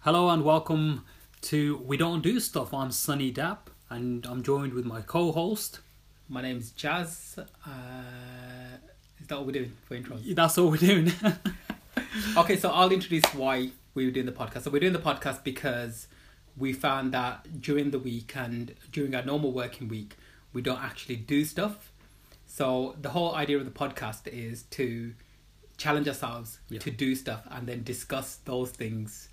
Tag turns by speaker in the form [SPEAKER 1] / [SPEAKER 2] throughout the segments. [SPEAKER 1] Hello and welcome to We Don't Do Stuff. I'm Sunny Dapp and I'm joined with my co host.
[SPEAKER 2] My name's Jazz. Uh, is that what we're doing for intros?
[SPEAKER 1] That's all we're doing.
[SPEAKER 2] Okay, so I'll introduce why we were doing the podcast. So we're doing the podcast because we found that during the week and during our normal working week, we don't actually do stuff. So the whole idea of the podcast is to challenge ourselves
[SPEAKER 1] Yeah.
[SPEAKER 2] to do stuff and then discuss those things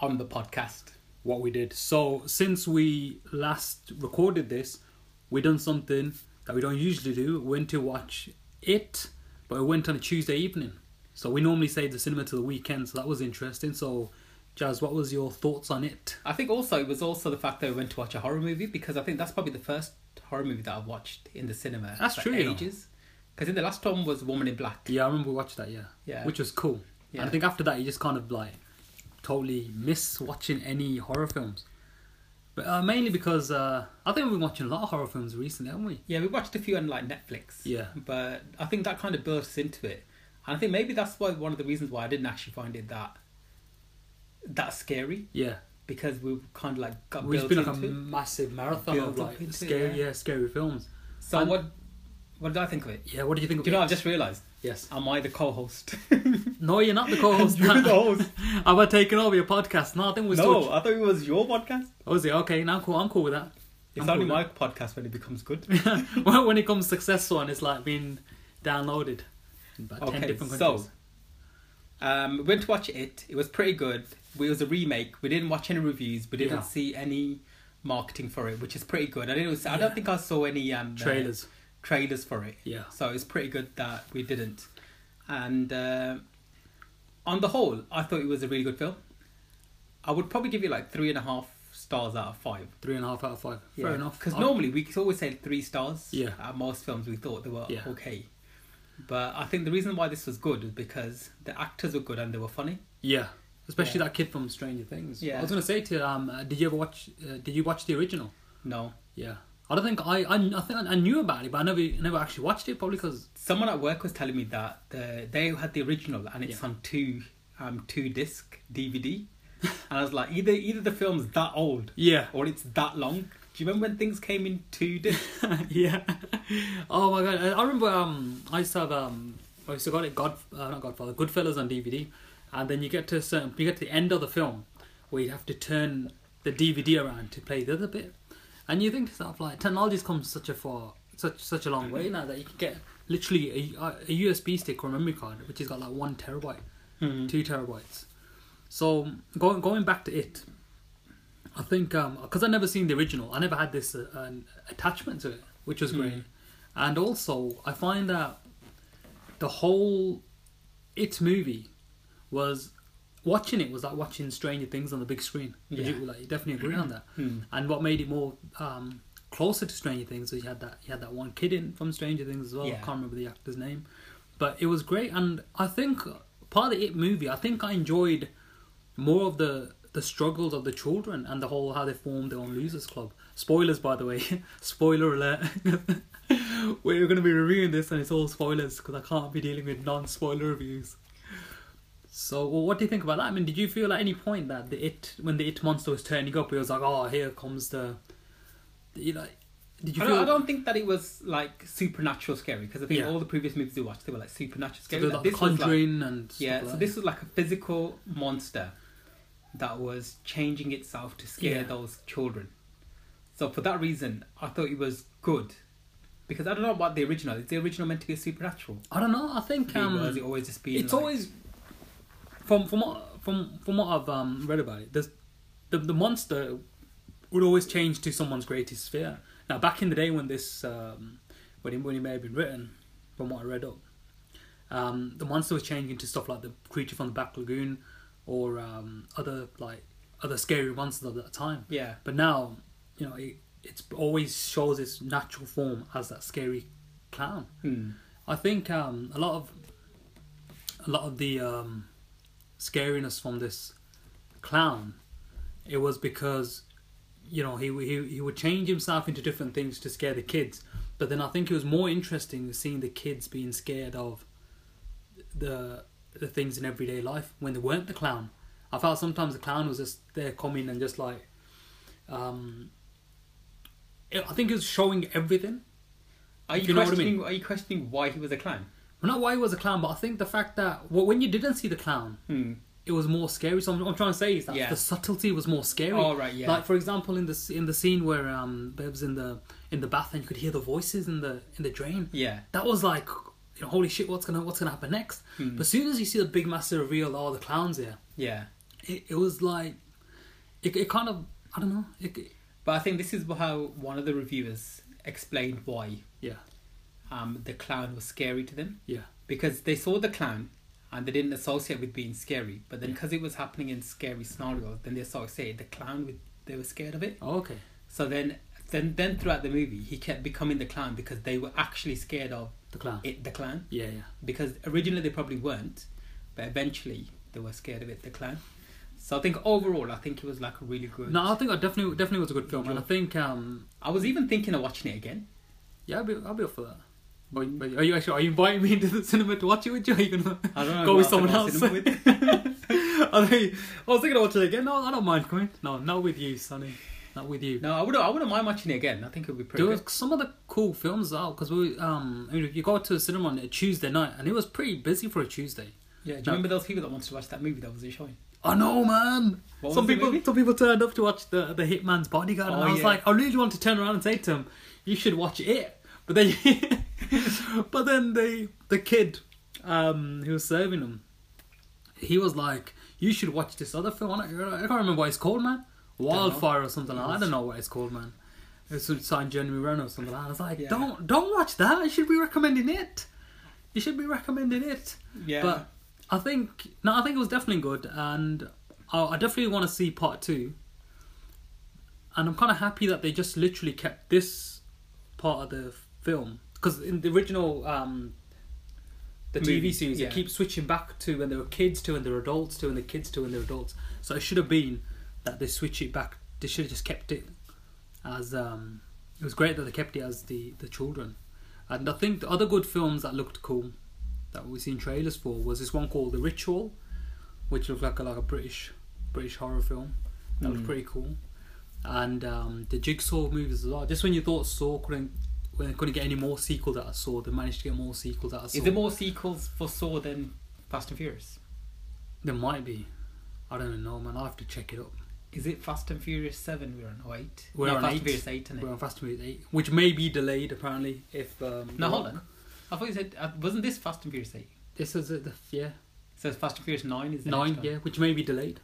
[SPEAKER 2] on the podcast.
[SPEAKER 1] what we did. So, since we last recorded this, we done something that we don't usually do. We went to watch it, but we went on a Tuesday evening. So, we normally save the cinema till the weekend, so that was interesting. So, Jazz, what was your thoughts on it?
[SPEAKER 2] I think also it was also the fact that we went to watch a horror movie because I think that's probably the first horror movie that I've watched in the cinema
[SPEAKER 1] That's
[SPEAKER 2] for
[SPEAKER 1] true, you know.
[SPEAKER 2] ages. Because in the last one was Woman in Black.
[SPEAKER 1] Yeah, I remember we watched that, yeah.
[SPEAKER 2] Yeah.
[SPEAKER 1] Which was cool. And
[SPEAKER 2] Yeah.
[SPEAKER 1] I think after that, you just kind of like totally miss watching any horror films. But uh, mainly because uh, I think we've been watching a lot of horror films recently, haven't we?
[SPEAKER 2] Yeah, we watched a few on like Netflix.
[SPEAKER 1] Yeah.
[SPEAKER 2] But I think that kind of bursts into it. And I think maybe that's why one of the reasons why I didn't actually find it that that scary
[SPEAKER 1] Yeah.
[SPEAKER 2] because we kind of like got
[SPEAKER 1] We've
[SPEAKER 2] built
[SPEAKER 1] been like a
[SPEAKER 2] into it.
[SPEAKER 1] massive marathon
[SPEAKER 2] Built
[SPEAKER 1] of
[SPEAKER 2] up
[SPEAKER 1] like
[SPEAKER 2] into it,
[SPEAKER 1] scary, yeah.
[SPEAKER 2] yeah.
[SPEAKER 1] scary films.
[SPEAKER 2] So
[SPEAKER 1] and-
[SPEAKER 2] what what did I think of it?
[SPEAKER 1] Yeah, what do you think of
[SPEAKER 2] Do you know
[SPEAKER 1] it?
[SPEAKER 2] what I've just realised?
[SPEAKER 1] Yes.
[SPEAKER 2] Am I the co-host?
[SPEAKER 1] No, you're not the co-host.
[SPEAKER 2] You're the host.
[SPEAKER 1] Have I taken over your podcast? No, I think we're
[SPEAKER 2] no,
[SPEAKER 1] still.
[SPEAKER 2] I thought it was your podcast.
[SPEAKER 1] Oh, is it okay? Now cool. I'm cool with that.
[SPEAKER 2] It's
[SPEAKER 1] I'm
[SPEAKER 2] only
[SPEAKER 1] cool
[SPEAKER 2] my
[SPEAKER 1] with
[SPEAKER 2] podcast when it becomes good.
[SPEAKER 1] that. Well, when it comes successful and it's like being downloaded. in About ten
[SPEAKER 2] Okay,
[SPEAKER 1] different countries.
[SPEAKER 2] so um, we went to watch it. It was pretty good. It was a remake. We didn't watch any reviews. We didn't
[SPEAKER 1] Yeah.
[SPEAKER 2] see any marketing for it, which is pretty good. I didn't. I
[SPEAKER 1] Yeah.
[SPEAKER 2] don't think I saw any um, uh,
[SPEAKER 1] trailers.
[SPEAKER 2] trailers for it.
[SPEAKER 1] Yeah.
[SPEAKER 2] So it's pretty good that we didn't. And uh, on the whole, I thought it was a really good film. I would probably give it like three and a half stars out of five.
[SPEAKER 1] Three and a half out of five. Fair enough.
[SPEAKER 2] Because
[SPEAKER 1] I-
[SPEAKER 2] normally we could always say three stars.
[SPEAKER 1] Yeah.
[SPEAKER 2] At most films, we thought they were
[SPEAKER 1] Yeah.
[SPEAKER 2] okay. But I think the reason why this was good was because the actors were good and they were funny.
[SPEAKER 1] Yeah. Especially
[SPEAKER 2] Yeah.
[SPEAKER 1] that kid from Stranger Things. I
[SPEAKER 2] Yeah.
[SPEAKER 1] was gonna say to you, um, uh, did you ever watch? Uh, did you watch the original?
[SPEAKER 2] No,
[SPEAKER 1] Yeah. I don't think I, I, I think I knew about it, but I never, never actually watched it. Probably because
[SPEAKER 2] someone at work was telling me that the, they had the original and it's
[SPEAKER 1] Yeah.
[SPEAKER 2] on two um two disc DVD, and I was like, either either the film's that old
[SPEAKER 1] yeah,
[SPEAKER 2] or it's that long. Do you remember when things came in two discs?
[SPEAKER 1] yeah. Oh my god! I I remember um, I used to have um, I used to got it God, uh, not Godfather, Goodfellas on DVD, and then you get to a certain, you get to the end of the film where you have to turn the DVD around to play the other bit, and you think to yourself like technology's come such a far, such such a long way now that you can get literally a, a USB stick or a memory card which has got like one terabyte, two terabytes. So going going back to it, I think because I never seen the original, I never had this uh, an attachment to it, which was great. And also, I find that the whole it movie was watching it was like watching Stranger Things on the big screen. Would
[SPEAKER 2] Yeah.
[SPEAKER 1] You, like, you definitely agree on that. And what made it more um, closer to Stranger Things was you had that you had that one kid in from Stranger Things as well. I
[SPEAKER 2] Yeah.
[SPEAKER 1] can't remember the actor's name, but it was great. And I think part of the it movie, I think I enjoyed more of the the struggles of the children and the whole how they formed their own losers club. Spoilers, by the way. Spoiler alert. We're going to be reviewing this, and it's all spoilers because I can't be dealing with non-spoiler reviews. So, well, what do you think about that? I mean, did you feel at any point that the it when the it monster was turning up, it was like, oh, here comes the, you know, did you
[SPEAKER 2] I
[SPEAKER 1] feel?
[SPEAKER 2] don't, I don't think that it was like supernatural scary because I think
[SPEAKER 1] Yeah.
[SPEAKER 2] all the previous movies we watched they were like supernatural
[SPEAKER 1] so
[SPEAKER 2] scary.
[SPEAKER 1] there was, like,
[SPEAKER 2] Like,
[SPEAKER 1] the
[SPEAKER 2] this was, like-
[SPEAKER 1] conjuring and stuff
[SPEAKER 2] Yeah,
[SPEAKER 1] like
[SPEAKER 2] so
[SPEAKER 1] that.
[SPEAKER 2] this was like a physical monster that was changing itself to scare
[SPEAKER 1] Yeah.
[SPEAKER 2] those children. So for that reason, I thought it was good because I don't know about the original. Is the original meant to be supernatural?
[SPEAKER 1] I don't know. I think um,
[SPEAKER 2] or is it always just being?
[SPEAKER 1] it's
[SPEAKER 2] like-
[SPEAKER 1] always from from what from from what I've um, read about it. There's, the the monster would always change to someone's greatest fear. Now, back in the day when this um, when it, when it may have been written, from what I read up, um, the monster was changing to stuff like the creature from the back lagoon, or um, other like other scary monsters of that time.
[SPEAKER 2] yeah.
[SPEAKER 1] But now, you know, it it's always shows its natural form as that scary clown.
[SPEAKER 2] Hmm.
[SPEAKER 1] I think um, a lot of a lot of the um, scariness from this clown, it was because you know he he he would change himself into different things to scare the kids. But then I think it was more interesting seeing the kids being scared of the the things in everyday life when they weren't the clown. I felt sometimes the clown was just there coming and just like, um, it, I think it was showing everything.
[SPEAKER 2] Are you,
[SPEAKER 1] You know what I
[SPEAKER 2] questioning?
[SPEAKER 1] mean?
[SPEAKER 2] Are you questioning why he was a clown?
[SPEAKER 1] Well, not why he was a clown, but I think the fact that well, when you didn't see the clown,
[SPEAKER 2] Hmm.
[SPEAKER 1] it was more scary. So I'm, I'm trying to say is that
[SPEAKER 2] Yeah.
[SPEAKER 1] the subtlety was more scary.
[SPEAKER 2] Oh, right, yeah.
[SPEAKER 1] Like for example, in the s- in the scene where um Bev's in the in the bath and you could hear the voices in the in the drain.
[SPEAKER 2] Yeah.
[SPEAKER 1] That was like, you know, holy shit, what's gonna what's gonna happen next?
[SPEAKER 2] Hmm.
[SPEAKER 1] But as soon as you see the big massive reveal, oh, the clown's here.
[SPEAKER 2] Yeah.
[SPEAKER 1] It, it was like, it, it kind of I don't know. It, it-
[SPEAKER 2] But I think this is how one of the reviewers explained why
[SPEAKER 1] yeah,
[SPEAKER 2] um, the clown was scary to them
[SPEAKER 1] yeah,
[SPEAKER 2] because they saw the clown and they didn't associate with being scary. But then because it was happening in scary scenarios, then they sort of say the clown with they were scared of it.
[SPEAKER 1] oh, okay,
[SPEAKER 2] So then, then then throughout the movie, he kept becoming the clown because they were actually scared of
[SPEAKER 1] the clown.
[SPEAKER 2] it, the clown.
[SPEAKER 1] yeah, yeah.
[SPEAKER 2] Because originally they probably weren't, but eventually they were scared of it, the clown. So I think overall, I think it was like a really good.
[SPEAKER 1] No, I think I definitely definitely was a good film, and I think um
[SPEAKER 2] I was even thinking of watching it again.
[SPEAKER 1] yeah, I'll be I'll be up for that. But, but are you actually are you inviting me into the cinema to watch it with you? Are you gonna
[SPEAKER 2] I don't know.
[SPEAKER 1] go
[SPEAKER 2] who
[SPEAKER 1] with someone
[SPEAKER 2] else I'd watch
[SPEAKER 1] else?
[SPEAKER 2] it
[SPEAKER 1] I,
[SPEAKER 2] with.
[SPEAKER 1] think, I was thinking of watching it again. No, I don't mind coming. No, not with you, Sonny. Not with you.
[SPEAKER 2] No, I wouldn't. I wouldn't mind watching it again. I think it would be pretty.
[SPEAKER 1] There
[SPEAKER 2] Good.
[SPEAKER 1] was some of the cool films out because we um I mean, you go to the cinema on a Tuesday night and it was pretty busy for a Tuesday.
[SPEAKER 2] Yeah. Do you
[SPEAKER 1] No.
[SPEAKER 2] remember those people that wanted to watch that movie that was showing?
[SPEAKER 1] I know, man.
[SPEAKER 2] What was
[SPEAKER 1] some
[SPEAKER 2] the
[SPEAKER 1] people
[SPEAKER 2] movie?
[SPEAKER 1] some people turned up to watch the the Hitman's Bodyguard, and
[SPEAKER 2] Oh,
[SPEAKER 1] I was
[SPEAKER 2] yeah.
[SPEAKER 1] like, I really want to turn around and say to him, "You should watch it." But then, but then the the kid um, who was serving him, he was like, "You should watch this other film." I, don't, I can't remember what it's called, man. Wildfire or something. like that. I don't know what it's called, man. It's signed Jeremy Renner or something. like that. I was like,
[SPEAKER 2] Yeah.
[SPEAKER 1] "Don't don't watch that. You should be recommending it. You should be recommending it."
[SPEAKER 2] Yeah.
[SPEAKER 1] But I think no, I think it was definitely good, and I, I definitely want to see part two. And I'm kind of happy that they just literally kept this part of the film because in the original um, the
[SPEAKER 2] Movie,
[SPEAKER 1] TV series
[SPEAKER 2] yeah.
[SPEAKER 1] they keep switching back to when they were kids to when they were adults to when the kids to when they were adults. So it should have been that they switch it back. They should have just kept it as um, it was great that they kept it as the the children. And I think the other good films that looked cool that we've seen trailers for was this one called The Ritual, which looked like a, like a British British horror film. That
[SPEAKER 2] Mm.
[SPEAKER 1] was pretty cool. And um, the Jigsaw movies as well. Just when you thought Saw couldn't when they couldn't get any more sequels out of Saw, they managed to get more sequels out of Saw.
[SPEAKER 2] is there more sequels for Saw than Fast and Furious?
[SPEAKER 1] There might be. I don't know, man. I'll have to check it up.
[SPEAKER 2] Is it Fast and Furious Seven? We're on or eight.
[SPEAKER 1] We're
[SPEAKER 2] no,
[SPEAKER 1] on
[SPEAKER 2] Fast and
[SPEAKER 1] eight.
[SPEAKER 2] Furious Eight, isn't it?
[SPEAKER 1] We're on Fast and Furious 8, which may be delayed apparently if. Um, The
[SPEAKER 2] no, hold
[SPEAKER 1] Rock-
[SPEAKER 2] on. I thought you said uh, wasn't this Fast and Furious Eight?
[SPEAKER 1] This is uh, the yeah
[SPEAKER 2] It says Fast and Furious Nine is the
[SPEAKER 1] nine
[SPEAKER 2] next one.
[SPEAKER 1] yeah, which may be delayed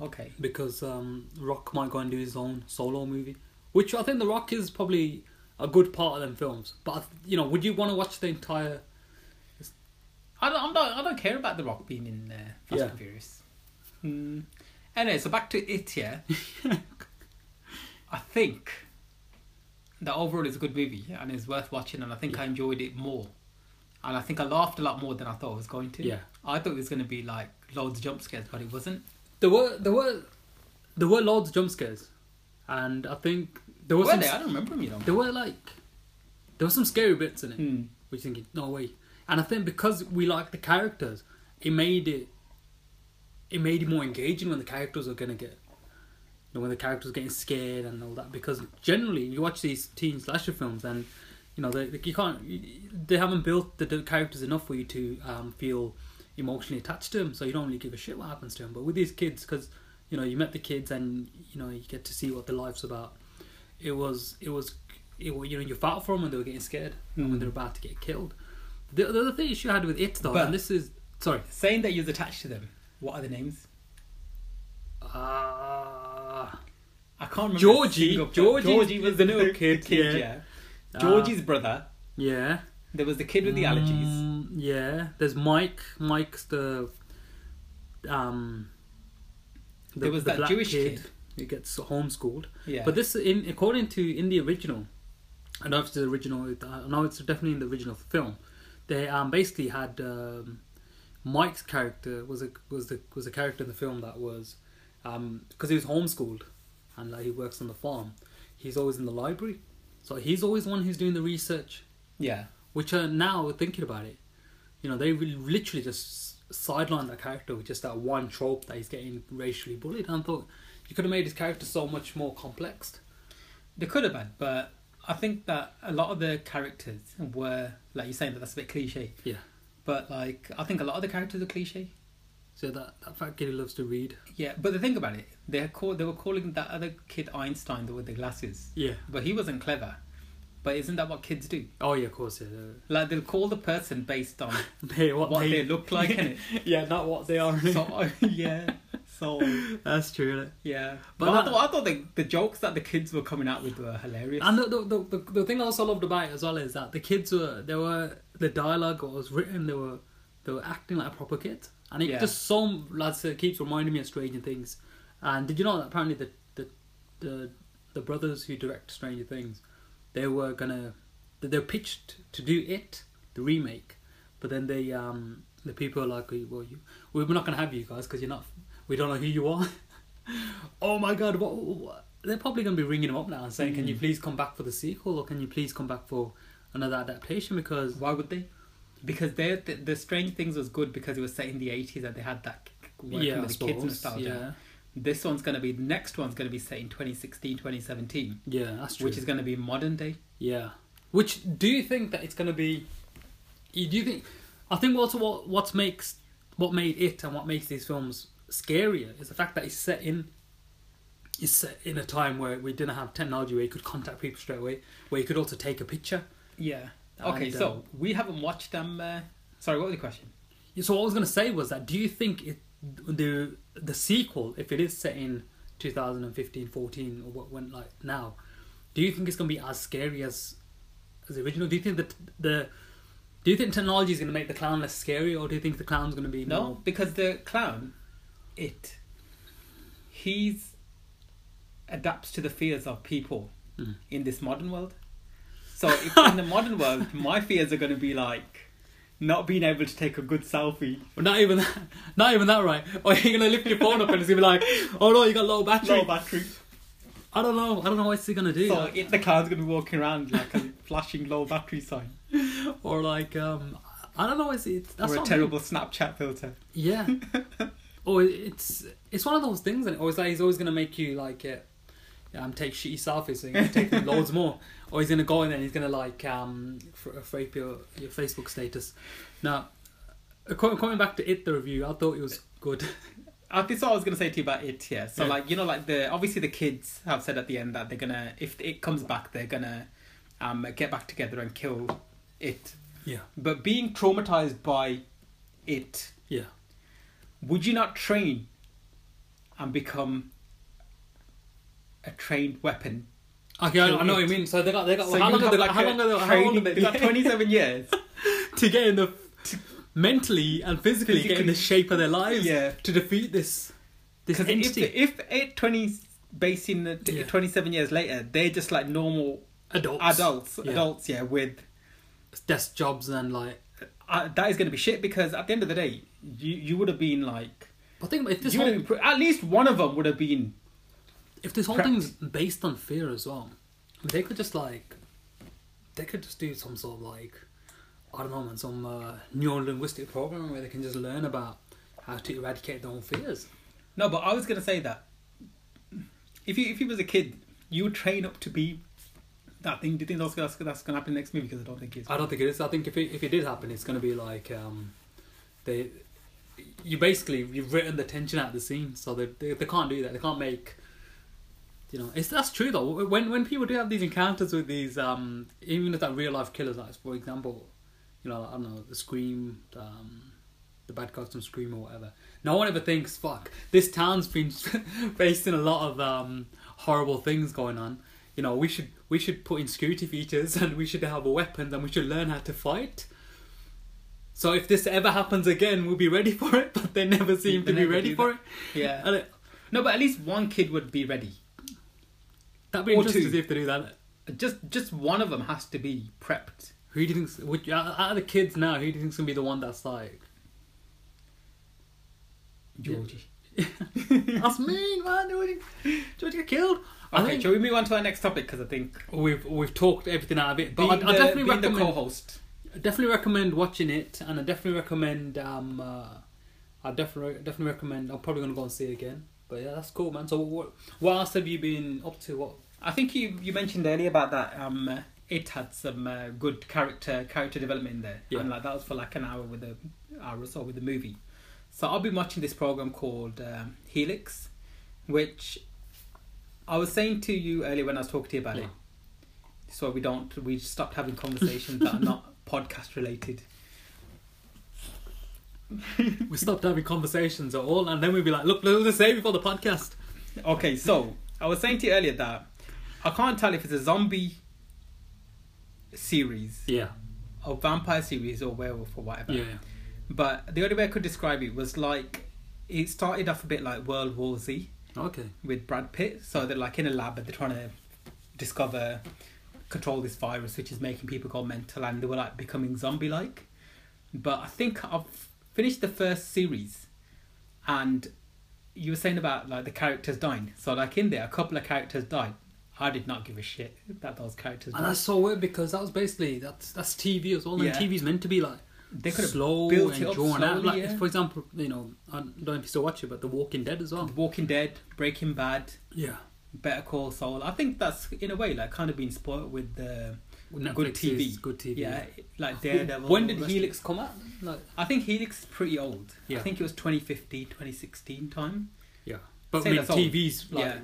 [SPEAKER 2] Okay.
[SPEAKER 1] because um, Rock might go and do his own solo movie, which I think The Rock is probably a good part of them films. But I th- you know, would you want to watch the entire?
[SPEAKER 2] I don't. I'm not. I don't care about the Rock being in uh, Fast
[SPEAKER 1] Yeah.
[SPEAKER 2] and Furious. Hmm. Anyway, so back to it. Yeah. I think that overall is a good movie and it's worth watching, and I think I enjoyed it more, and I think I laughed a lot more than I thought I was going to.
[SPEAKER 1] Yeah.
[SPEAKER 2] I thought it was going to be like loads of jump scares, but it wasn't.
[SPEAKER 1] There were there were there were loads of jump scares, and I think there were
[SPEAKER 2] Were
[SPEAKER 1] some
[SPEAKER 2] they? I don't remember them. You know.
[SPEAKER 1] there were like there were some scary bits in it.
[SPEAKER 2] Hmm.
[SPEAKER 1] We're thinking, no way. And I think because we like the characters, it made it it made it more engaging when the characters are gonna get you know, when the characters are getting scared and all that. Because generally, you watch these teen slasher films and you know they they- you can't you- they haven't built the, the characters enough for you to um, feel emotionally attached to them. So you don't really give a shit what happens to them. But with these kids, because you know you met the kids and you know you get to see what their life's about. It was it was it, wa- you know you fought for them when they were getting scared and when they're about to get killed. The, the other thing issue I had with it though,
[SPEAKER 2] But-
[SPEAKER 1] and this is sorry,
[SPEAKER 2] Saying that you're attached to them. What are the names?
[SPEAKER 1] Ah.
[SPEAKER 2] I can't remember. a
[SPEAKER 1] Georgie-
[SPEAKER 2] single-
[SPEAKER 1] Georgie's-
[SPEAKER 2] Georgie was the little kid.
[SPEAKER 1] yeah.
[SPEAKER 2] yeah. Ah. Georgie's brother.
[SPEAKER 1] yeah.
[SPEAKER 2] There was the kid with the allergies.
[SPEAKER 1] Mm, yeah. There's Mike. Mike's the um the,
[SPEAKER 2] There was
[SPEAKER 1] the
[SPEAKER 2] that
[SPEAKER 1] black
[SPEAKER 2] Jewish
[SPEAKER 1] kid,
[SPEAKER 2] kid.
[SPEAKER 1] who gets homeschooled.
[SPEAKER 2] Yeah.
[SPEAKER 1] But this in according to in the original I know it's the original I know it's definitely in the original film. They um basically had um Mike's character was a was the was a character in the film that was um because he was homeschooled and like he works on the farm. He's always in the library. So he's always the one who's doing the research
[SPEAKER 2] Yeah.
[SPEAKER 1] which are now thinking about it, you know, they will literally just sidelined that character with just that one trope that he's getting racially bullied. And I thought you could have made his character so much more complex.
[SPEAKER 2] They could have been, but I think that a lot of the characters were like you're saying that that's a bit cliche.
[SPEAKER 1] Yeah.
[SPEAKER 2] But like I think a lot of the characters are cliche.
[SPEAKER 1] So that that fat kid who loves to read.
[SPEAKER 2] Yeah, but the thing about it, they had called they were calling that other kid Einstein the- with the glasses,
[SPEAKER 1] Yeah.
[SPEAKER 2] but he wasn't clever. But isn't that what kids do?
[SPEAKER 1] Oh yeah, of course. Yeah. yeah.
[SPEAKER 2] Like they'll call the person based on
[SPEAKER 1] They, what,
[SPEAKER 2] what they look like, innit?
[SPEAKER 1] yeah, not what they are. innit?
[SPEAKER 2] so oh, yeah, so
[SPEAKER 1] That's true. Innit?
[SPEAKER 2] yeah. But,
[SPEAKER 1] But
[SPEAKER 2] I
[SPEAKER 1] that-
[SPEAKER 2] thought, I thought the, the jokes that the kids were coming out with were hilarious.
[SPEAKER 1] And the, the, the, the, the thing I also loved about it as well is that the kids were they were the dialogue was written they were they were acting like a proper kid and it
[SPEAKER 2] Yeah.
[SPEAKER 1] just so lads it keeps reminding me of Stranger Things and did you know that apparently the the the, the brothers who direct Stranger Things they were gonna they they were pitched to do it the remake but then they um the people are like well you we're not gonna have you guys because you're not we don't know who you are oh my god what, what they're probably going to be ringing him up now and saying can
[SPEAKER 2] Mm.
[SPEAKER 1] you please come back for the sequel or can you please come back for another adaptation because
[SPEAKER 2] Why would they? Because they the, the Strange Things was good because it was set in the eighties and they had that working
[SPEAKER 1] yeah, I
[SPEAKER 2] with the kids
[SPEAKER 1] suppose,
[SPEAKER 2] nostalgia.
[SPEAKER 1] yeah
[SPEAKER 2] This one's gonna be next one's gonna be set in 2016, 2017,
[SPEAKER 1] yeah that's true
[SPEAKER 2] which is gonna be modern day.
[SPEAKER 1] yeah which do you think that it's going to be you- do you think i think also what what makes what made it and what makes these films scarier is the fact that it's set in it's set in a time where we didn't have technology where you could contact people straight away where you could also take a picture
[SPEAKER 2] Yeah. Okay,
[SPEAKER 1] And, um,
[SPEAKER 2] so we haven't watched them. Uh, sorry, what was the question?
[SPEAKER 1] So what I was going to say was that do you think it, the the sequel, if it is set in 2015, 14, or what went like now, do you think it's going to be as scary as as the original? Do you think that the do you think technology is going to make the clown less scary, or do you think the clown's going to be
[SPEAKER 2] No,
[SPEAKER 1] more-
[SPEAKER 2] because the clown, it, he's adapts to the fears of people
[SPEAKER 1] Mm.
[SPEAKER 2] in this modern world. So if in the modern world, my fears are going to be like not being able to take a good selfie.
[SPEAKER 1] Well, not even that, not even that, right? Or you're going to lift your phone up and it's going to be like, oh no, you got low battery.
[SPEAKER 2] No battery.
[SPEAKER 1] I don't know. I don't know what's he going to do.
[SPEAKER 2] So it, the clown's gonna be walking around like a flashing low battery sign
[SPEAKER 1] or like, um, I don't know. It's, it's that's
[SPEAKER 2] or a
[SPEAKER 1] what-
[SPEAKER 2] terrible Snapchat filter.
[SPEAKER 1] Yeah. oh, it- it's it's one of those things, and always like he's always gonna make you like it. Yeah, um, take shitty selfies and he's gonna take loads more, or he's gonna go in and he's gonna like um fr- frape your your Facebook status. Now, uh, co- coming back to it, the review, I thought it was good.
[SPEAKER 2] Uh, this is what I was gonna say to you about it. Yeah. So
[SPEAKER 1] Yeah.
[SPEAKER 2] like you know like the obviously the kids have said at the end that they're gonna if it comes back they're gonna um get back together and kill it.
[SPEAKER 1] Yeah,
[SPEAKER 2] But being traumatized by it,
[SPEAKER 1] yeah,
[SPEAKER 2] would you not train and become a trained weapon?
[SPEAKER 1] okay, I, I know what you
[SPEAKER 2] It.
[SPEAKER 1] mean. So they got they got
[SPEAKER 2] So
[SPEAKER 1] how long
[SPEAKER 2] you have,
[SPEAKER 1] have they
[SPEAKER 2] like,
[SPEAKER 1] got how
[SPEAKER 2] a
[SPEAKER 1] long have they how long have
[SPEAKER 2] training-
[SPEAKER 1] they
[SPEAKER 2] you got
[SPEAKER 1] got
[SPEAKER 2] twenty seven years.
[SPEAKER 1] to get in the mentally and physically, get in the shape of their lives
[SPEAKER 2] Yeah.
[SPEAKER 1] to defeat this this
[SPEAKER 2] Because if,
[SPEAKER 1] entity
[SPEAKER 2] if eight twenty based in the
[SPEAKER 1] Yeah.
[SPEAKER 2] 27 years later, they're just like normal
[SPEAKER 1] adults
[SPEAKER 2] adults,
[SPEAKER 1] Yeah.
[SPEAKER 2] adults, yeah, with
[SPEAKER 1] desk jobs and like
[SPEAKER 2] uh, that is going to be shit because at the end of the day, you, you would have been like,
[SPEAKER 1] I think if this
[SPEAKER 2] you
[SPEAKER 1] whole,
[SPEAKER 2] would've been pr- at least one of them would have been,
[SPEAKER 1] if this whole
[SPEAKER 2] Correct.
[SPEAKER 1] thing's based on fear as well, I mean, they could just like they could just do some sort of like I don't know man some uh, neuro linguistic programming where they can just learn about how to eradicate their own fears.
[SPEAKER 2] no, but I was going to say that if you, if you was a kid, you would train up to be that thing. Do you think that's, that's, that's going to happen next movie? Because I don't think it's.
[SPEAKER 1] I don't think it is. I think if it, if it did happen, it's going to be like um, they you basically you've written the tension out of the scene, so they, they they can't do that. They can't make you know. It's that's true though. When when people do have these encounters with these um, even if that real life killers, like for example, you know I don't know the Scream, um, the bad guys from Scream or whatever. No one ever thinks, fuck, this town's been facing a lot of um, horrible things going on. You know, we should we should put in security features and we should have a weapon and we should learn how to fight. So if this ever happens again, we'll be ready for it. But they never seem
[SPEAKER 2] They
[SPEAKER 1] to be
[SPEAKER 2] never
[SPEAKER 1] ready
[SPEAKER 2] do
[SPEAKER 1] for it.
[SPEAKER 2] that. Yeah.
[SPEAKER 1] And it,
[SPEAKER 2] No, but at least one kid would be ready.
[SPEAKER 1] that'd be
[SPEAKER 2] Or
[SPEAKER 1] interesting
[SPEAKER 2] two.
[SPEAKER 1] to see if they do that.
[SPEAKER 2] Just just one of them has to be prepped.
[SPEAKER 1] Who do you think? Would you- out out of the kids now, who do you think's gonna be the one that's like,
[SPEAKER 2] Georgie.
[SPEAKER 1] that's mean, man? Do you get killed? I
[SPEAKER 2] Okay,
[SPEAKER 1] think-
[SPEAKER 2] shall we move on to our next topic? Because I think
[SPEAKER 1] We've we've talked everything out of it, but
[SPEAKER 2] being
[SPEAKER 1] I, I
[SPEAKER 2] the-
[SPEAKER 1] definitely
[SPEAKER 2] being the
[SPEAKER 1] recommend
[SPEAKER 2] co-host.
[SPEAKER 1] I definitely recommend watching it, and I definitely recommend um, uh, I definitely definitely recommend. I'm probably gonna go and see it again. But yeah, that's cool, man. So what what else have you been up to? What
[SPEAKER 2] I think you you mentioned earlier about that. Um, it had some uh, good character character development in there,
[SPEAKER 1] Yeah.
[SPEAKER 2] and like that was for like an hour with a hour or so with the movie. So I've been watching this program called um, Helix, which I was saying to you earlier when I was talking to you about
[SPEAKER 1] Yeah.
[SPEAKER 2] it. So we don't we stopped having conversations that are not podcast related.
[SPEAKER 1] we stopped having conversations at all, and then we'd be like, look, let's just say before the podcast.
[SPEAKER 2] Okay, so I was saying to you earlier that I can't tell if it's a zombie series
[SPEAKER 1] Yeah,
[SPEAKER 2] or vampire series or werewolf or whatever.
[SPEAKER 1] yeah, yeah.
[SPEAKER 2] But the only way I could describe it was like it started off a bit like World War Z
[SPEAKER 1] okay,
[SPEAKER 2] with Brad Pitt. So they're like in a lab and they're trying to discover, control this virus which is making people go mental and they were like becoming zombie like. But I think I've finished the first series and you were saying about like the characters dying. So like in there, a couple of characters died. I did not give a shit that those characters
[SPEAKER 1] and
[SPEAKER 2] died.
[SPEAKER 1] that's so weird because that was basically that's that's TV as well. And
[SPEAKER 2] Yeah.
[SPEAKER 1] TV's meant to be like
[SPEAKER 2] They could have
[SPEAKER 1] slow
[SPEAKER 2] built
[SPEAKER 1] and
[SPEAKER 2] it up
[SPEAKER 1] drawn out.
[SPEAKER 2] slowly,
[SPEAKER 1] Like
[SPEAKER 2] yeah.
[SPEAKER 1] for example, you know, I don't know if you still watch it, but The Walking Dead as well.
[SPEAKER 2] Walking Dead, Breaking Bad,
[SPEAKER 1] Yeah,
[SPEAKER 2] Better Call Saul. I think that's in a way like kind of being spoiled with the
[SPEAKER 1] Netflix
[SPEAKER 2] good TV.
[SPEAKER 1] is good TV.
[SPEAKER 2] yeah, like Daredevil.
[SPEAKER 1] When did
[SPEAKER 2] all the rest
[SPEAKER 1] Helix
[SPEAKER 2] of
[SPEAKER 1] come out? Like,
[SPEAKER 2] it. I think Helix is pretty old.
[SPEAKER 1] Yeah.
[SPEAKER 2] I think it was 2015, 2016 time.
[SPEAKER 1] yeah, but
[SPEAKER 2] Say
[SPEAKER 1] I mean,
[SPEAKER 2] that's all.
[SPEAKER 1] TV's like
[SPEAKER 2] Yeah.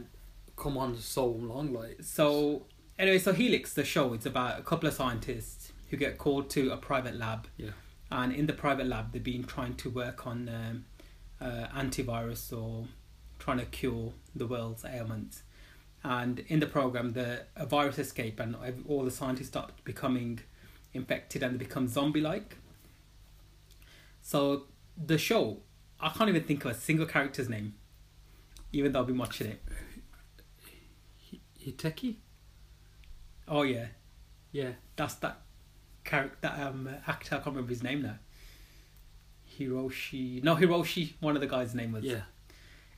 [SPEAKER 1] come on so long, like
[SPEAKER 2] So anyway, so Helix, the show, it's about a couple of scientists who get called to a private lab,
[SPEAKER 1] yeah,
[SPEAKER 2] and in the private lab they've been trying to work on um, uh, antivirus or trying to cure the world's ailments. And in the program, the a virus escape, and ev- all the scientists start becoming infected, and they become zombie-like. So the show, I can't even think of a single character's name, even though I've been watching it.
[SPEAKER 1] Hiteki.
[SPEAKER 2] Oh yeah,
[SPEAKER 1] Yeah,
[SPEAKER 2] that's that character, that um, actor. I can't remember his name now. Hiroshi, no Hiroshi. One of the guys' name was.
[SPEAKER 1] yeah,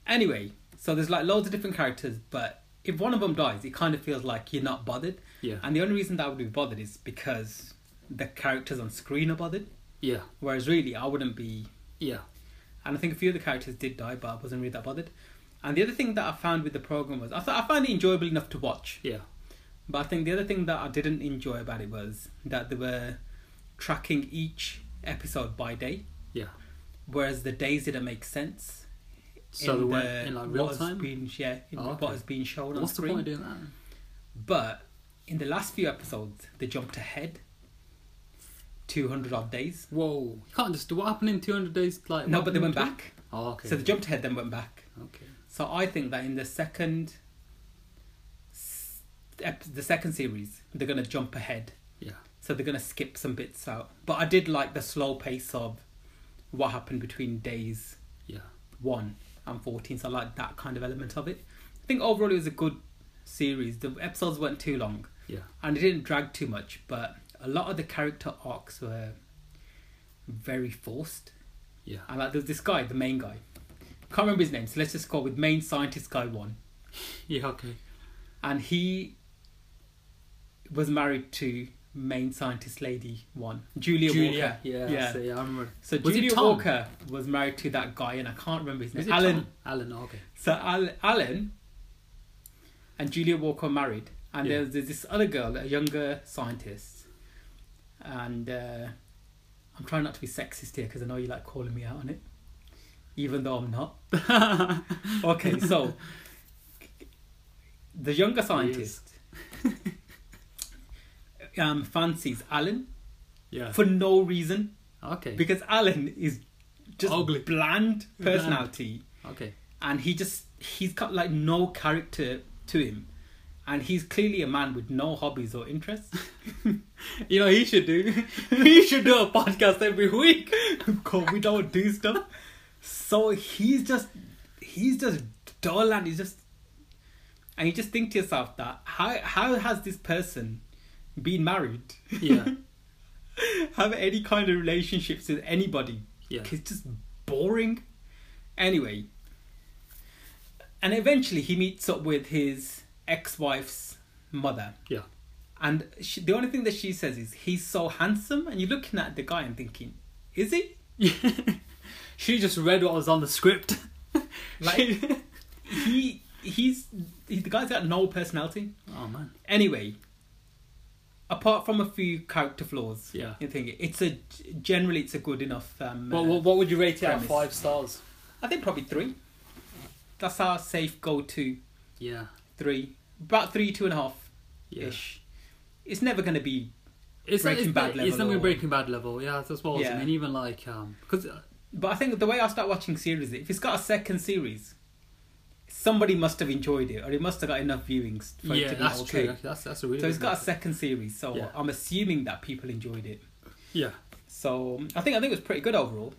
[SPEAKER 2] Anyway, so there's like loads of different characters, but if one of them dies, it kind of feels like you're not bothered.
[SPEAKER 1] yeah,
[SPEAKER 2] And the only reason that I would be bothered is because the characters on screen are bothered.
[SPEAKER 1] yeah,
[SPEAKER 2] Whereas really, I wouldn't be.
[SPEAKER 1] yeah.
[SPEAKER 2] And I think a few of the characters did die, but I wasn't really that bothered. And the other thing that I found with the program was I thought I found it enjoyable enough to watch.
[SPEAKER 1] Yeah,
[SPEAKER 2] But I think the other thing that I didn't enjoy about it was that they were tracking each episode by day,
[SPEAKER 1] yeah.
[SPEAKER 2] whereas the days didn't make sense.
[SPEAKER 1] So they went in like real
[SPEAKER 2] what has
[SPEAKER 1] time.
[SPEAKER 2] Been, yeah, in
[SPEAKER 1] Oh, okay.
[SPEAKER 2] what has been shown uh, on
[SPEAKER 1] What's the
[SPEAKER 2] screen.
[SPEAKER 1] point of doing that?
[SPEAKER 2] But in the last few episodes, they jumped ahead. Two hundred odd days.
[SPEAKER 1] Whoa, you can't just do what happened in 200 days. Like
[SPEAKER 2] No,
[SPEAKER 1] what
[SPEAKER 2] but they went
[SPEAKER 1] happened in
[SPEAKER 2] back.
[SPEAKER 1] 200? Oh, okay.
[SPEAKER 2] So they jumped ahead, then went back.
[SPEAKER 1] okay.
[SPEAKER 2] So I think that in the second, s- ep- the second series, they're gonna jump ahead.
[SPEAKER 1] Yeah,
[SPEAKER 2] so they're gonna skip some bits out. But I did like the slow pace of what happened between days
[SPEAKER 1] yeah,
[SPEAKER 2] one and fourteen. So I like that kind of element of it. I think overall it was a good series. The episodes weren't too long
[SPEAKER 1] yeah,
[SPEAKER 2] and it didn't drag too much. But a lot of the character arcs were very forced.
[SPEAKER 1] yeah.
[SPEAKER 2] And like there's this guy, the main guy. Can't remember his name, so let's just call with main scientist guy one.
[SPEAKER 1] Yeah, okay.
[SPEAKER 2] And he was married to main scientist lady one, Julia, Walker.
[SPEAKER 1] yeah,
[SPEAKER 2] yeah.
[SPEAKER 1] So, yeah, I remember.
[SPEAKER 2] So
[SPEAKER 1] Was it
[SPEAKER 2] Julia
[SPEAKER 1] Tom?
[SPEAKER 2] Walker was married to that guy, and I can't remember his
[SPEAKER 1] Is
[SPEAKER 2] name.
[SPEAKER 1] it
[SPEAKER 2] Alan.
[SPEAKER 1] Tom? Alan, oh, okay.
[SPEAKER 2] So Al- Alan and Julia Walker married, and
[SPEAKER 1] Yeah.
[SPEAKER 2] there was this other girl, a younger scientist, and uh, I'm trying not to be sexist here because I know you like calling me out on it, even though I'm not. okay, so the younger scientist um, fancies Alan
[SPEAKER 1] Yeah.
[SPEAKER 2] for no reason.
[SPEAKER 1] okay.
[SPEAKER 2] Because Alan is just
[SPEAKER 1] Ugly.
[SPEAKER 2] bland
[SPEAKER 1] Bland.
[SPEAKER 2] personality,
[SPEAKER 1] okay.
[SPEAKER 2] and he just he's got like no character to him, and he's clearly a man with no hobbies or interests.
[SPEAKER 1] You know, he should do. he should do a podcast every week.
[SPEAKER 2] God, we don't do stuff. So he's just he's just dull, and he's just and you just think to yourself that how how has this person been married?
[SPEAKER 1] Yeah.
[SPEAKER 2] have any kind of relationships with anybody.
[SPEAKER 1] Yeah.
[SPEAKER 2] It's just boring. Anyway. And eventually he meets up with his ex wife's mother.
[SPEAKER 1] Yeah.
[SPEAKER 2] And she, the only thing that she says is, he's so handsome. And you're looking at the guy and thinking, is he?
[SPEAKER 1] She just read what was on the script.
[SPEAKER 2] Like- He he's he, the guy's got no personality.
[SPEAKER 1] oh man,
[SPEAKER 2] Anyway, apart from a few character flaws,
[SPEAKER 1] yeah.
[SPEAKER 2] you think it's a generally it's a good enough. Um,
[SPEAKER 1] What,
[SPEAKER 2] uh,
[SPEAKER 1] what, what would you rate it out of
[SPEAKER 2] Premise.
[SPEAKER 1] five stars?
[SPEAKER 2] I think probably three. That's our safe go to
[SPEAKER 1] Yeah,
[SPEAKER 2] three, about three two and a half
[SPEAKER 1] yeah.
[SPEAKER 2] ish. It's never going to be
[SPEAKER 1] It's
[SPEAKER 2] Breaking
[SPEAKER 1] it's,
[SPEAKER 2] Bad
[SPEAKER 1] it's
[SPEAKER 2] level
[SPEAKER 1] something
[SPEAKER 2] or-
[SPEAKER 1] Breaking Bad level. Yeah, that's what I was
[SPEAKER 2] Yeah.
[SPEAKER 1] I mean. Even like um, because
[SPEAKER 2] But I think the way I start watching series, if it's got a second series, somebody must have enjoyed it, or it must have got enough viewings for it
[SPEAKER 1] yeah,
[SPEAKER 2] to be
[SPEAKER 1] that's
[SPEAKER 2] okay.
[SPEAKER 1] true. actually. That's that's a really.
[SPEAKER 2] So it's
[SPEAKER 1] good
[SPEAKER 2] got a
[SPEAKER 1] point.
[SPEAKER 2] second series, so
[SPEAKER 1] Yeah.
[SPEAKER 2] I'm assuming that people enjoyed it.
[SPEAKER 1] Yeah,
[SPEAKER 2] So I think I think it was pretty good overall.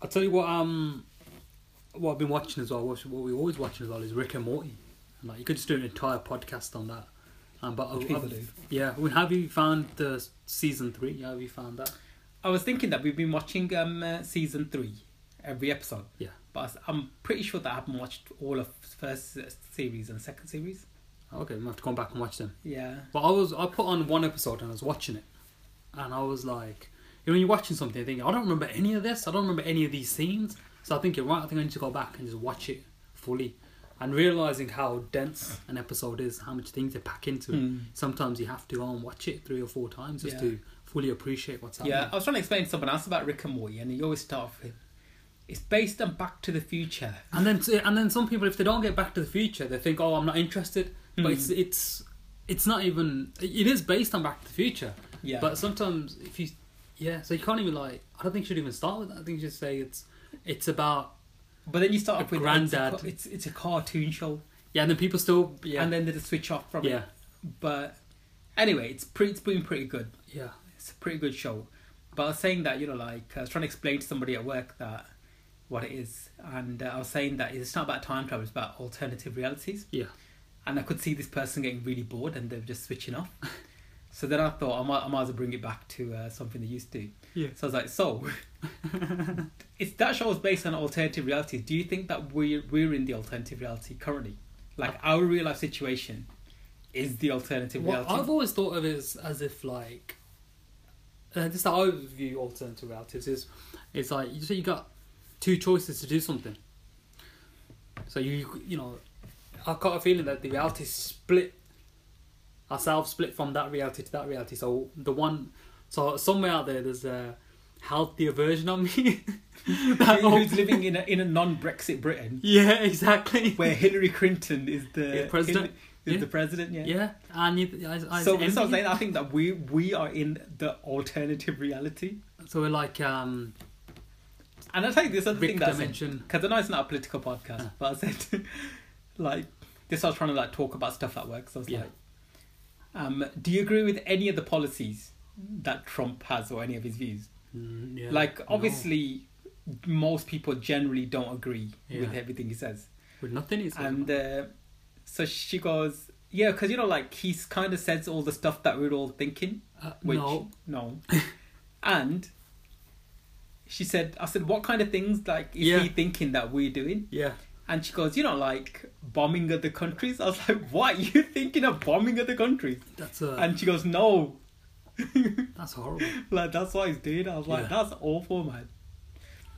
[SPEAKER 1] I'll tell you what. Um, what I've been watching as well. What what we're always watching as well is Rick and Morty. Like you could just do an entire podcast on that. Um, but
[SPEAKER 2] Which
[SPEAKER 1] I-
[SPEAKER 2] people
[SPEAKER 1] I've-
[SPEAKER 2] do.
[SPEAKER 1] yeah, I mean, have you found the season three? Yeah, have you found that?
[SPEAKER 2] I was thinking that we've been watching um uh, season three every episode.
[SPEAKER 1] Yeah.
[SPEAKER 2] But I s- I'm pretty sure that I haven't watched all of first uh, series and second series.
[SPEAKER 1] Okay, we have to come back and watch them.
[SPEAKER 2] Yeah.
[SPEAKER 1] But I was I put on one episode and I was watching it, and I was like, you know, when you're watching something, you're thinking, I don't remember any of this. I don't remember any of these scenes. So I think you're right. I think I need to go back and just watch it fully, and realizing how dense an episode is, how much things they pack into it.
[SPEAKER 2] Hmm.
[SPEAKER 1] Sometimes you have to go and watch it three or four times just
[SPEAKER 2] Yeah.
[SPEAKER 1] to fully appreciate what's happening.
[SPEAKER 2] Yeah, I was trying to explain to someone else about Rick and Morty, and you always start off with, "It's based on Back to the Future."
[SPEAKER 1] And then and then some people, if they don't get Back to the Future, they think, oh, I'm not interested. But it's it's it's not even. It is based on Back to the Future.
[SPEAKER 2] Yeah.
[SPEAKER 1] But sometimes if you, yeah, so you can't even like. I don't think you should even start with that. I think you should say it's it's about
[SPEAKER 2] But then you start off
[SPEAKER 1] A
[SPEAKER 2] with
[SPEAKER 1] granddad.
[SPEAKER 2] It's a, ca- it's, it's a cartoon show,
[SPEAKER 1] yeah. And then people still yeah
[SPEAKER 2] and then they just switch off from
[SPEAKER 1] yeah
[SPEAKER 2] it. But anyway, it's pretty. It's been pretty good.
[SPEAKER 1] yeah
[SPEAKER 2] It's a pretty good show. But I was saying that you know, like I was trying to explain to somebody at work that what it is, and uh, I was saying that it's not about time travel; it's about alternative realities.
[SPEAKER 1] yeah.
[SPEAKER 2] And I could see this person getting really bored, and they're just switching off. so then I thought I might, I might as well bring it back to uh, something they used to.
[SPEAKER 1] Yeah.
[SPEAKER 2] So I was like, so it's that show is based on alternative realities. Do you think that we're we're in the alternative reality currently? Like our real life situation is the alternative
[SPEAKER 1] Uh, Well,
[SPEAKER 2] reality.
[SPEAKER 1] I've always thought of it as, as if like, uh, this is how I view alternative realities is, it's like you so you got two choices to do something. So you you know, I've got a feeling that the reality split, ourselves split from that reality to that reality. So the one, so somewhere out there, there's a healthier version of me. that
[SPEAKER 2] Who-
[SPEAKER 1] whole-
[SPEAKER 2] Who's living in a in a non Brexit Britain
[SPEAKER 1] yeah, exactly.
[SPEAKER 2] where Hillary Clinton is the
[SPEAKER 1] Yeah, president.
[SPEAKER 2] Hil- is
[SPEAKER 1] Yeah.
[SPEAKER 2] the president, yeah.
[SPEAKER 1] yeah, and you, I, I
[SPEAKER 2] So
[SPEAKER 1] envy
[SPEAKER 2] this I was
[SPEAKER 1] you.
[SPEAKER 2] saying, I think that we we are in the alternative reality.
[SPEAKER 1] So we're like um,
[SPEAKER 2] And I'll tell you this other
[SPEAKER 1] Rick
[SPEAKER 2] thing that I said.
[SPEAKER 1] dimension.
[SPEAKER 2] Because I know it's not a political podcast,
[SPEAKER 1] Ah.
[SPEAKER 2] but I said, like, this I was trying to like talk about stuff that works. I was
[SPEAKER 1] Yeah.
[SPEAKER 2] like, um, do you agree with any of the policies that Trump has or any of his views?
[SPEAKER 1] Mm, yeah,
[SPEAKER 2] like,
[SPEAKER 1] no,
[SPEAKER 2] obviously, most people generally don't agree with
[SPEAKER 1] Yeah.
[SPEAKER 2] everything he says.
[SPEAKER 1] with nothing is
[SPEAKER 2] And uh, so she goes, yeah, because you know, like, he's kind of says all the stuff that we're all thinking.
[SPEAKER 1] Uh,
[SPEAKER 2] Which,
[SPEAKER 1] no.
[SPEAKER 2] no. and she said, I said, what kind of things like is
[SPEAKER 1] Yeah.
[SPEAKER 2] he thinking that we're doing?
[SPEAKER 1] Yeah.
[SPEAKER 2] And she goes, you know, like bombing other countries. I was like, what? You thinking of bombing other countries?
[SPEAKER 1] That's a,
[SPEAKER 2] And she goes, no.
[SPEAKER 1] that's horrible.
[SPEAKER 2] Like that's what he's doing. I was like,
[SPEAKER 1] Yeah.
[SPEAKER 2] that's awful, man.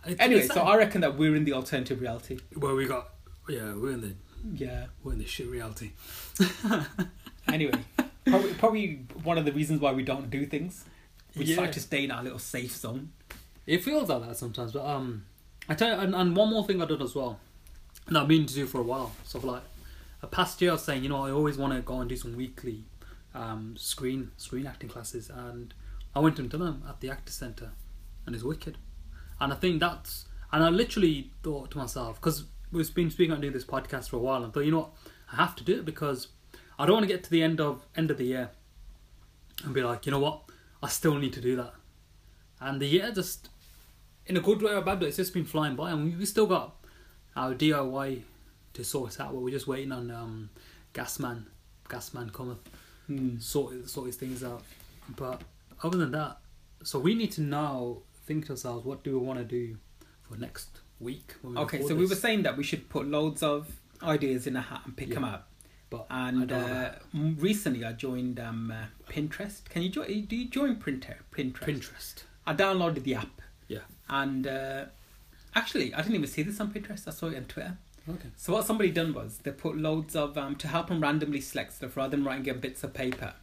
[SPEAKER 1] It-
[SPEAKER 2] Anyway,
[SPEAKER 1] it's
[SPEAKER 2] so I reckon that we're in the alternative reality.
[SPEAKER 1] well, we got yeah, we're in the
[SPEAKER 2] Yeah.
[SPEAKER 1] we're in the shit reality.
[SPEAKER 2] Anyway, probably, probably one of the reasons why we don't do things. We just
[SPEAKER 1] Yeah.
[SPEAKER 2] like to stay in our little safe zone.
[SPEAKER 1] It feels like that sometimes, but um, I tell you, and, and one more thing I did as well that I've been to do for a while. So for like a past year, I was saying, you know, I always want to go and do some weekly um screen screen acting classes, and I went and done them at the Actors Centre, and it's wicked. And I think that's, and I literally thought to myself, because we've been speaking about doing this podcast for a while, and thought, you know, what, I have to do it because I don't want to get to the end of end of the year and be like, you know what, I still need to do that. And the year just, in a good way or a bad way, it's just been flying by, and we we still got our DIY to sort out. But we're just waiting on um, Gasman, Gasman cometh
[SPEAKER 2] Hmm.
[SPEAKER 1] sort sort his things out. But other than that, so we need to now think to ourselves, what do we want to do for next week? when
[SPEAKER 2] Okay,
[SPEAKER 1] record
[SPEAKER 2] so we were
[SPEAKER 1] this?
[SPEAKER 2] saying that we should put loads of ideas in a hat and pick
[SPEAKER 1] Yeah.
[SPEAKER 2] them out.
[SPEAKER 1] but I
[SPEAKER 2] And
[SPEAKER 1] don't have a
[SPEAKER 2] uh, m- recently, I joined um, uh, Pinterest. Can you join? Do you join Pinterest? Pinterest.
[SPEAKER 1] Pinterest.
[SPEAKER 2] I downloaded the app,
[SPEAKER 1] Yeah.
[SPEAKER 2] And uh, actually, I didn't even see this on Pinterest. I saw it on Twitter.
[SPEAKER 1] Okay.
[SPEAKER 2] So what somebody done was they put loads of um, to help them randomly select stuff rather than writing on bits of paper.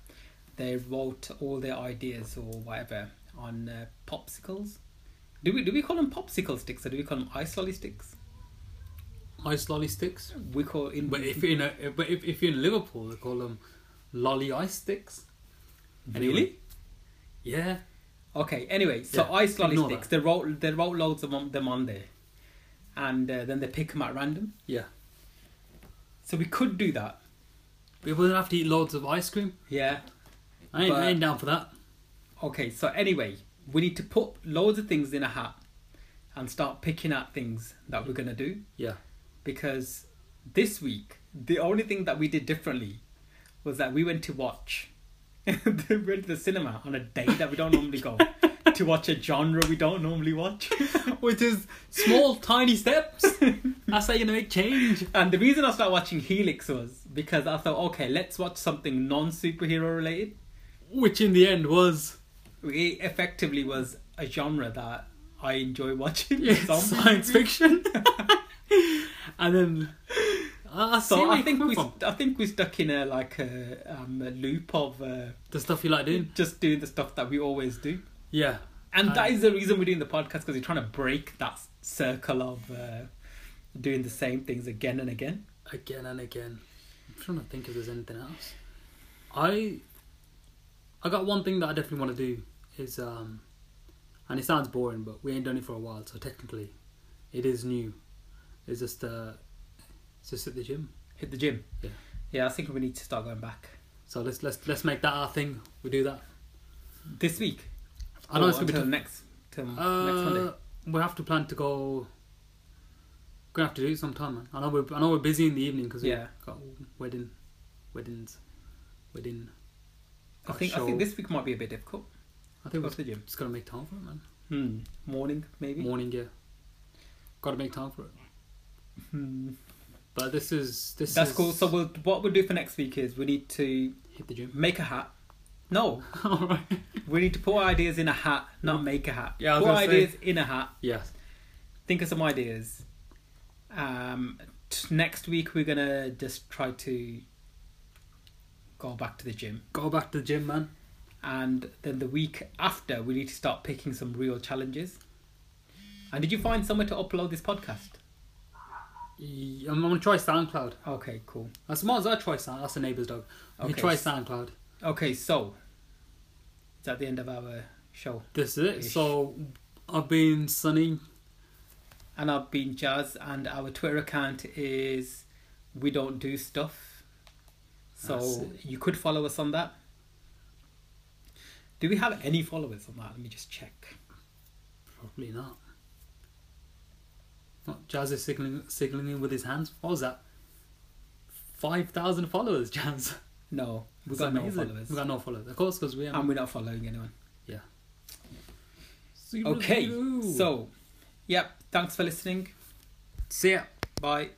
[SPEAKER 2] They wrote all their ideas or whatever on uh, popsicles. Do we do we call them popsicle sticks or do we call them ice lolly sticks?
[SPEAKER 1] Ice lolly sticks.
[SPEAKER 2] We call in
[SPEAKER 1] But if you're in a, but if, if you're in Liverpool, they call them lolly ice sticks.
[SPEAKER 2] really
[SPEAKER 1] Yeah.
[SPEAKER 2] okay. Anyway, so
[SPEAKER 1] Yeah,
[SPEAKER 2] ice lolly
[SPEAKER 1] ignore
[SPEAKER 2] sticks.
[SPEAKER 1] that.
[SPEAKER 2] They wrote they wrote loads of them them on there, and uh, then they pick them at random.
[SPEAKER 1] Yeah.
[SPEAKER 2] So we could do that.
[SPEAKER 1] We wouldn't have to eat loads of ice cream.
[SPEAKER 2] Yeah.
[SPEAKER 1] I ain't, I
[SPEAKER 2] But-
[SPEAKER 1] ain't down for that.
[SPEAKER 2] Okay, so anyway, we need to put loads of things in a hat and start picking out things that we're going to do
[SPEAKER 1] Yeah.
[SPEAKER 2] because this week, the only thing that we did differently was that we went to watch. we went to the cinema on a day that we don't normally go to watch a genre we don't normally watch.
[SPEAKER 1] Which is small, tiny steps. That's how you're gonna make change.
[SPEAKER 2] And the reason I started watching Helix was because I thought, okay, let's watch something non superhero related.
[SPEAKER 1] Which in the end was
[SPEAKER 2] It effectively was a genre that I enjoy watching. Zombie
[SPEAKER 1] science fiction. and then I, I see
[SPEAKER 2] So
[SPEAKER 1] where
[SPEAKER 2] I
[SPEAKER 1] you're
[SPEAKER 2] think
[SPEAKER 1] coming
[SPEAKER 2] we,
[SPEAKER 1] from.
[SPEAKER 2] I think we're stuck in a like a, um, a loop of uh,
[SPEAKER 1] the stuff you like doing.
[SPEAKER 2] just doing the stuff that we always do,
[SPEAKER 1] Yeah.
[SPEAKER 2] and
[SPEAKER 1] Uh,
[SPEAKER 2] that is the reason we're doing the podcast because we're trying to break that s- circle of uh, doing the same things again and again.
[SPEAKER 1] again and again. I'm trying to think if there's anything else. I I got one thing that I definitely want to do is um and it sounds boring but we ain't done it for a while so technically it is new. It's just uh it's just at the gym.
[SPEAKER 2] Hit the gym.
[SPEAKER 1] Yeah.
[SPEAKER 2] yeah. I think we need to start going back
[SPEAKER 1] So let's let's let's make that our thing. We do that.
[SPEAKER 2] this week.
[SPEAKER 1] I know
[SPEAKER 2] Or
[SPEAKER 1] it's gonna be
[SPEAKER 2] until
[SPEAKER 1] tough.
[SPEAKER 2] next till next
[SPEAKER 1] Uh,
[SPEAKER 2] Monday.
[SPEAKER 1] we have to plan to go. Gonna have to do it sometime, man. I know we're I know we're busy in the evening because we
[SPEAKER 2] Yeah.
[SPEAKER 1] got wedding, weddings, wedding.
[SPEAKER 2] I
[SPEAKER 1] got
[SPEAKER 2] think I
[SPEAKER 1] show.
[SPEAKER 2] think this week might be a bit difficult.
[SPEAKER 1] I think
[SPEAKER 2] Go
[SPEAKER 1] we're
[SPEAKER 2] to the gym.
[SPEAKER 1] just gotta make time for it, man.
[SPEAKER 2] Hmm. Morning maybe.
[SPEAKER 1] Morning, yeah. Gotta make time for it.
[SPEAKER 2] Hmm.
[SPEAKER 1] But this is this.
[SPEAKER 2] That's
[SPEAKER 1] is-
[SPEAKER 2] cool. So we'll, what we'll do for next week is we need to
[SPEAKER 1] hit the gym.
[SPEAKER 2] make a hat. No,
[SPEAKER 1] All right.
[SPEAKER 2] We need to put our ideas in a hat, not make a hat.
[SPEAKER 1] Yeah, I was
[SPEAKER 2] put our
[SPEAKER 1] gonna say.
[SPEAKER 2] ideas in a hat.
[SPEAKER 1] Yes.
[SPEAKER 2] Think of some ideas. Um, t- next week we're gonna just try to go back to the gym,
[SPEAKER 1] Go back to the gym, man.
[SPEAKER 2] and then the week after we need to start picking some real challenges. And did you find somewhere to upload this podcast?
[SPEAKER 1] Y- I'm gonna try SoundCloud.
[SPEAKER 2] Okay, cool.
[SPEAKER 1] As smart as I try Sound, that's a neighbour's dog. We
[SPEAKER 2] Okay.
[SPEAKER 1] can try SoundCloud.
[SPEAKER 2] Okay, so is that the end of our show?
[SPEAKER 1] This is it.
[SPEAKER 2] Ish.
[SPEAKER 1] So I've been sunny.
[SPEAKER 2] And I've been Jazz, and our Twitter account is We Don't Do Stuff.
[SPEAKER 1] That's
[SPEAKER 2] So
[SPEAKER 1] it.
[SPEAKER 2] you could follow us on that. Do we have any followers on that? Let me just check.
[SPEAKER 1] Probably not. Not Jazz is signaling signaling me with his hands. What was that? Five thousand followers, Jazz.
[SPEAKER 2] No, we've
[SPEAKER 1] That's
[SPEAKER 2] got no
[SPEAKER 1] amazing.
[SPEAKER 2] followers.
[SPEAKER 1] We got no followers, of course, because we
[SPEAKER 2] And
[SPEAKER 1] haven't.
[SPEAKER 2] we're not following anyone.
[SPEAKER 1] yeah. Zero,
[SPEAKER 2] Okay,
[SPEAKER 1] zero.
[SPEAKER 2] so, yep, thanks for listening.
[SPEAKER 1] see ya.
[SPEAKER 2] Bye.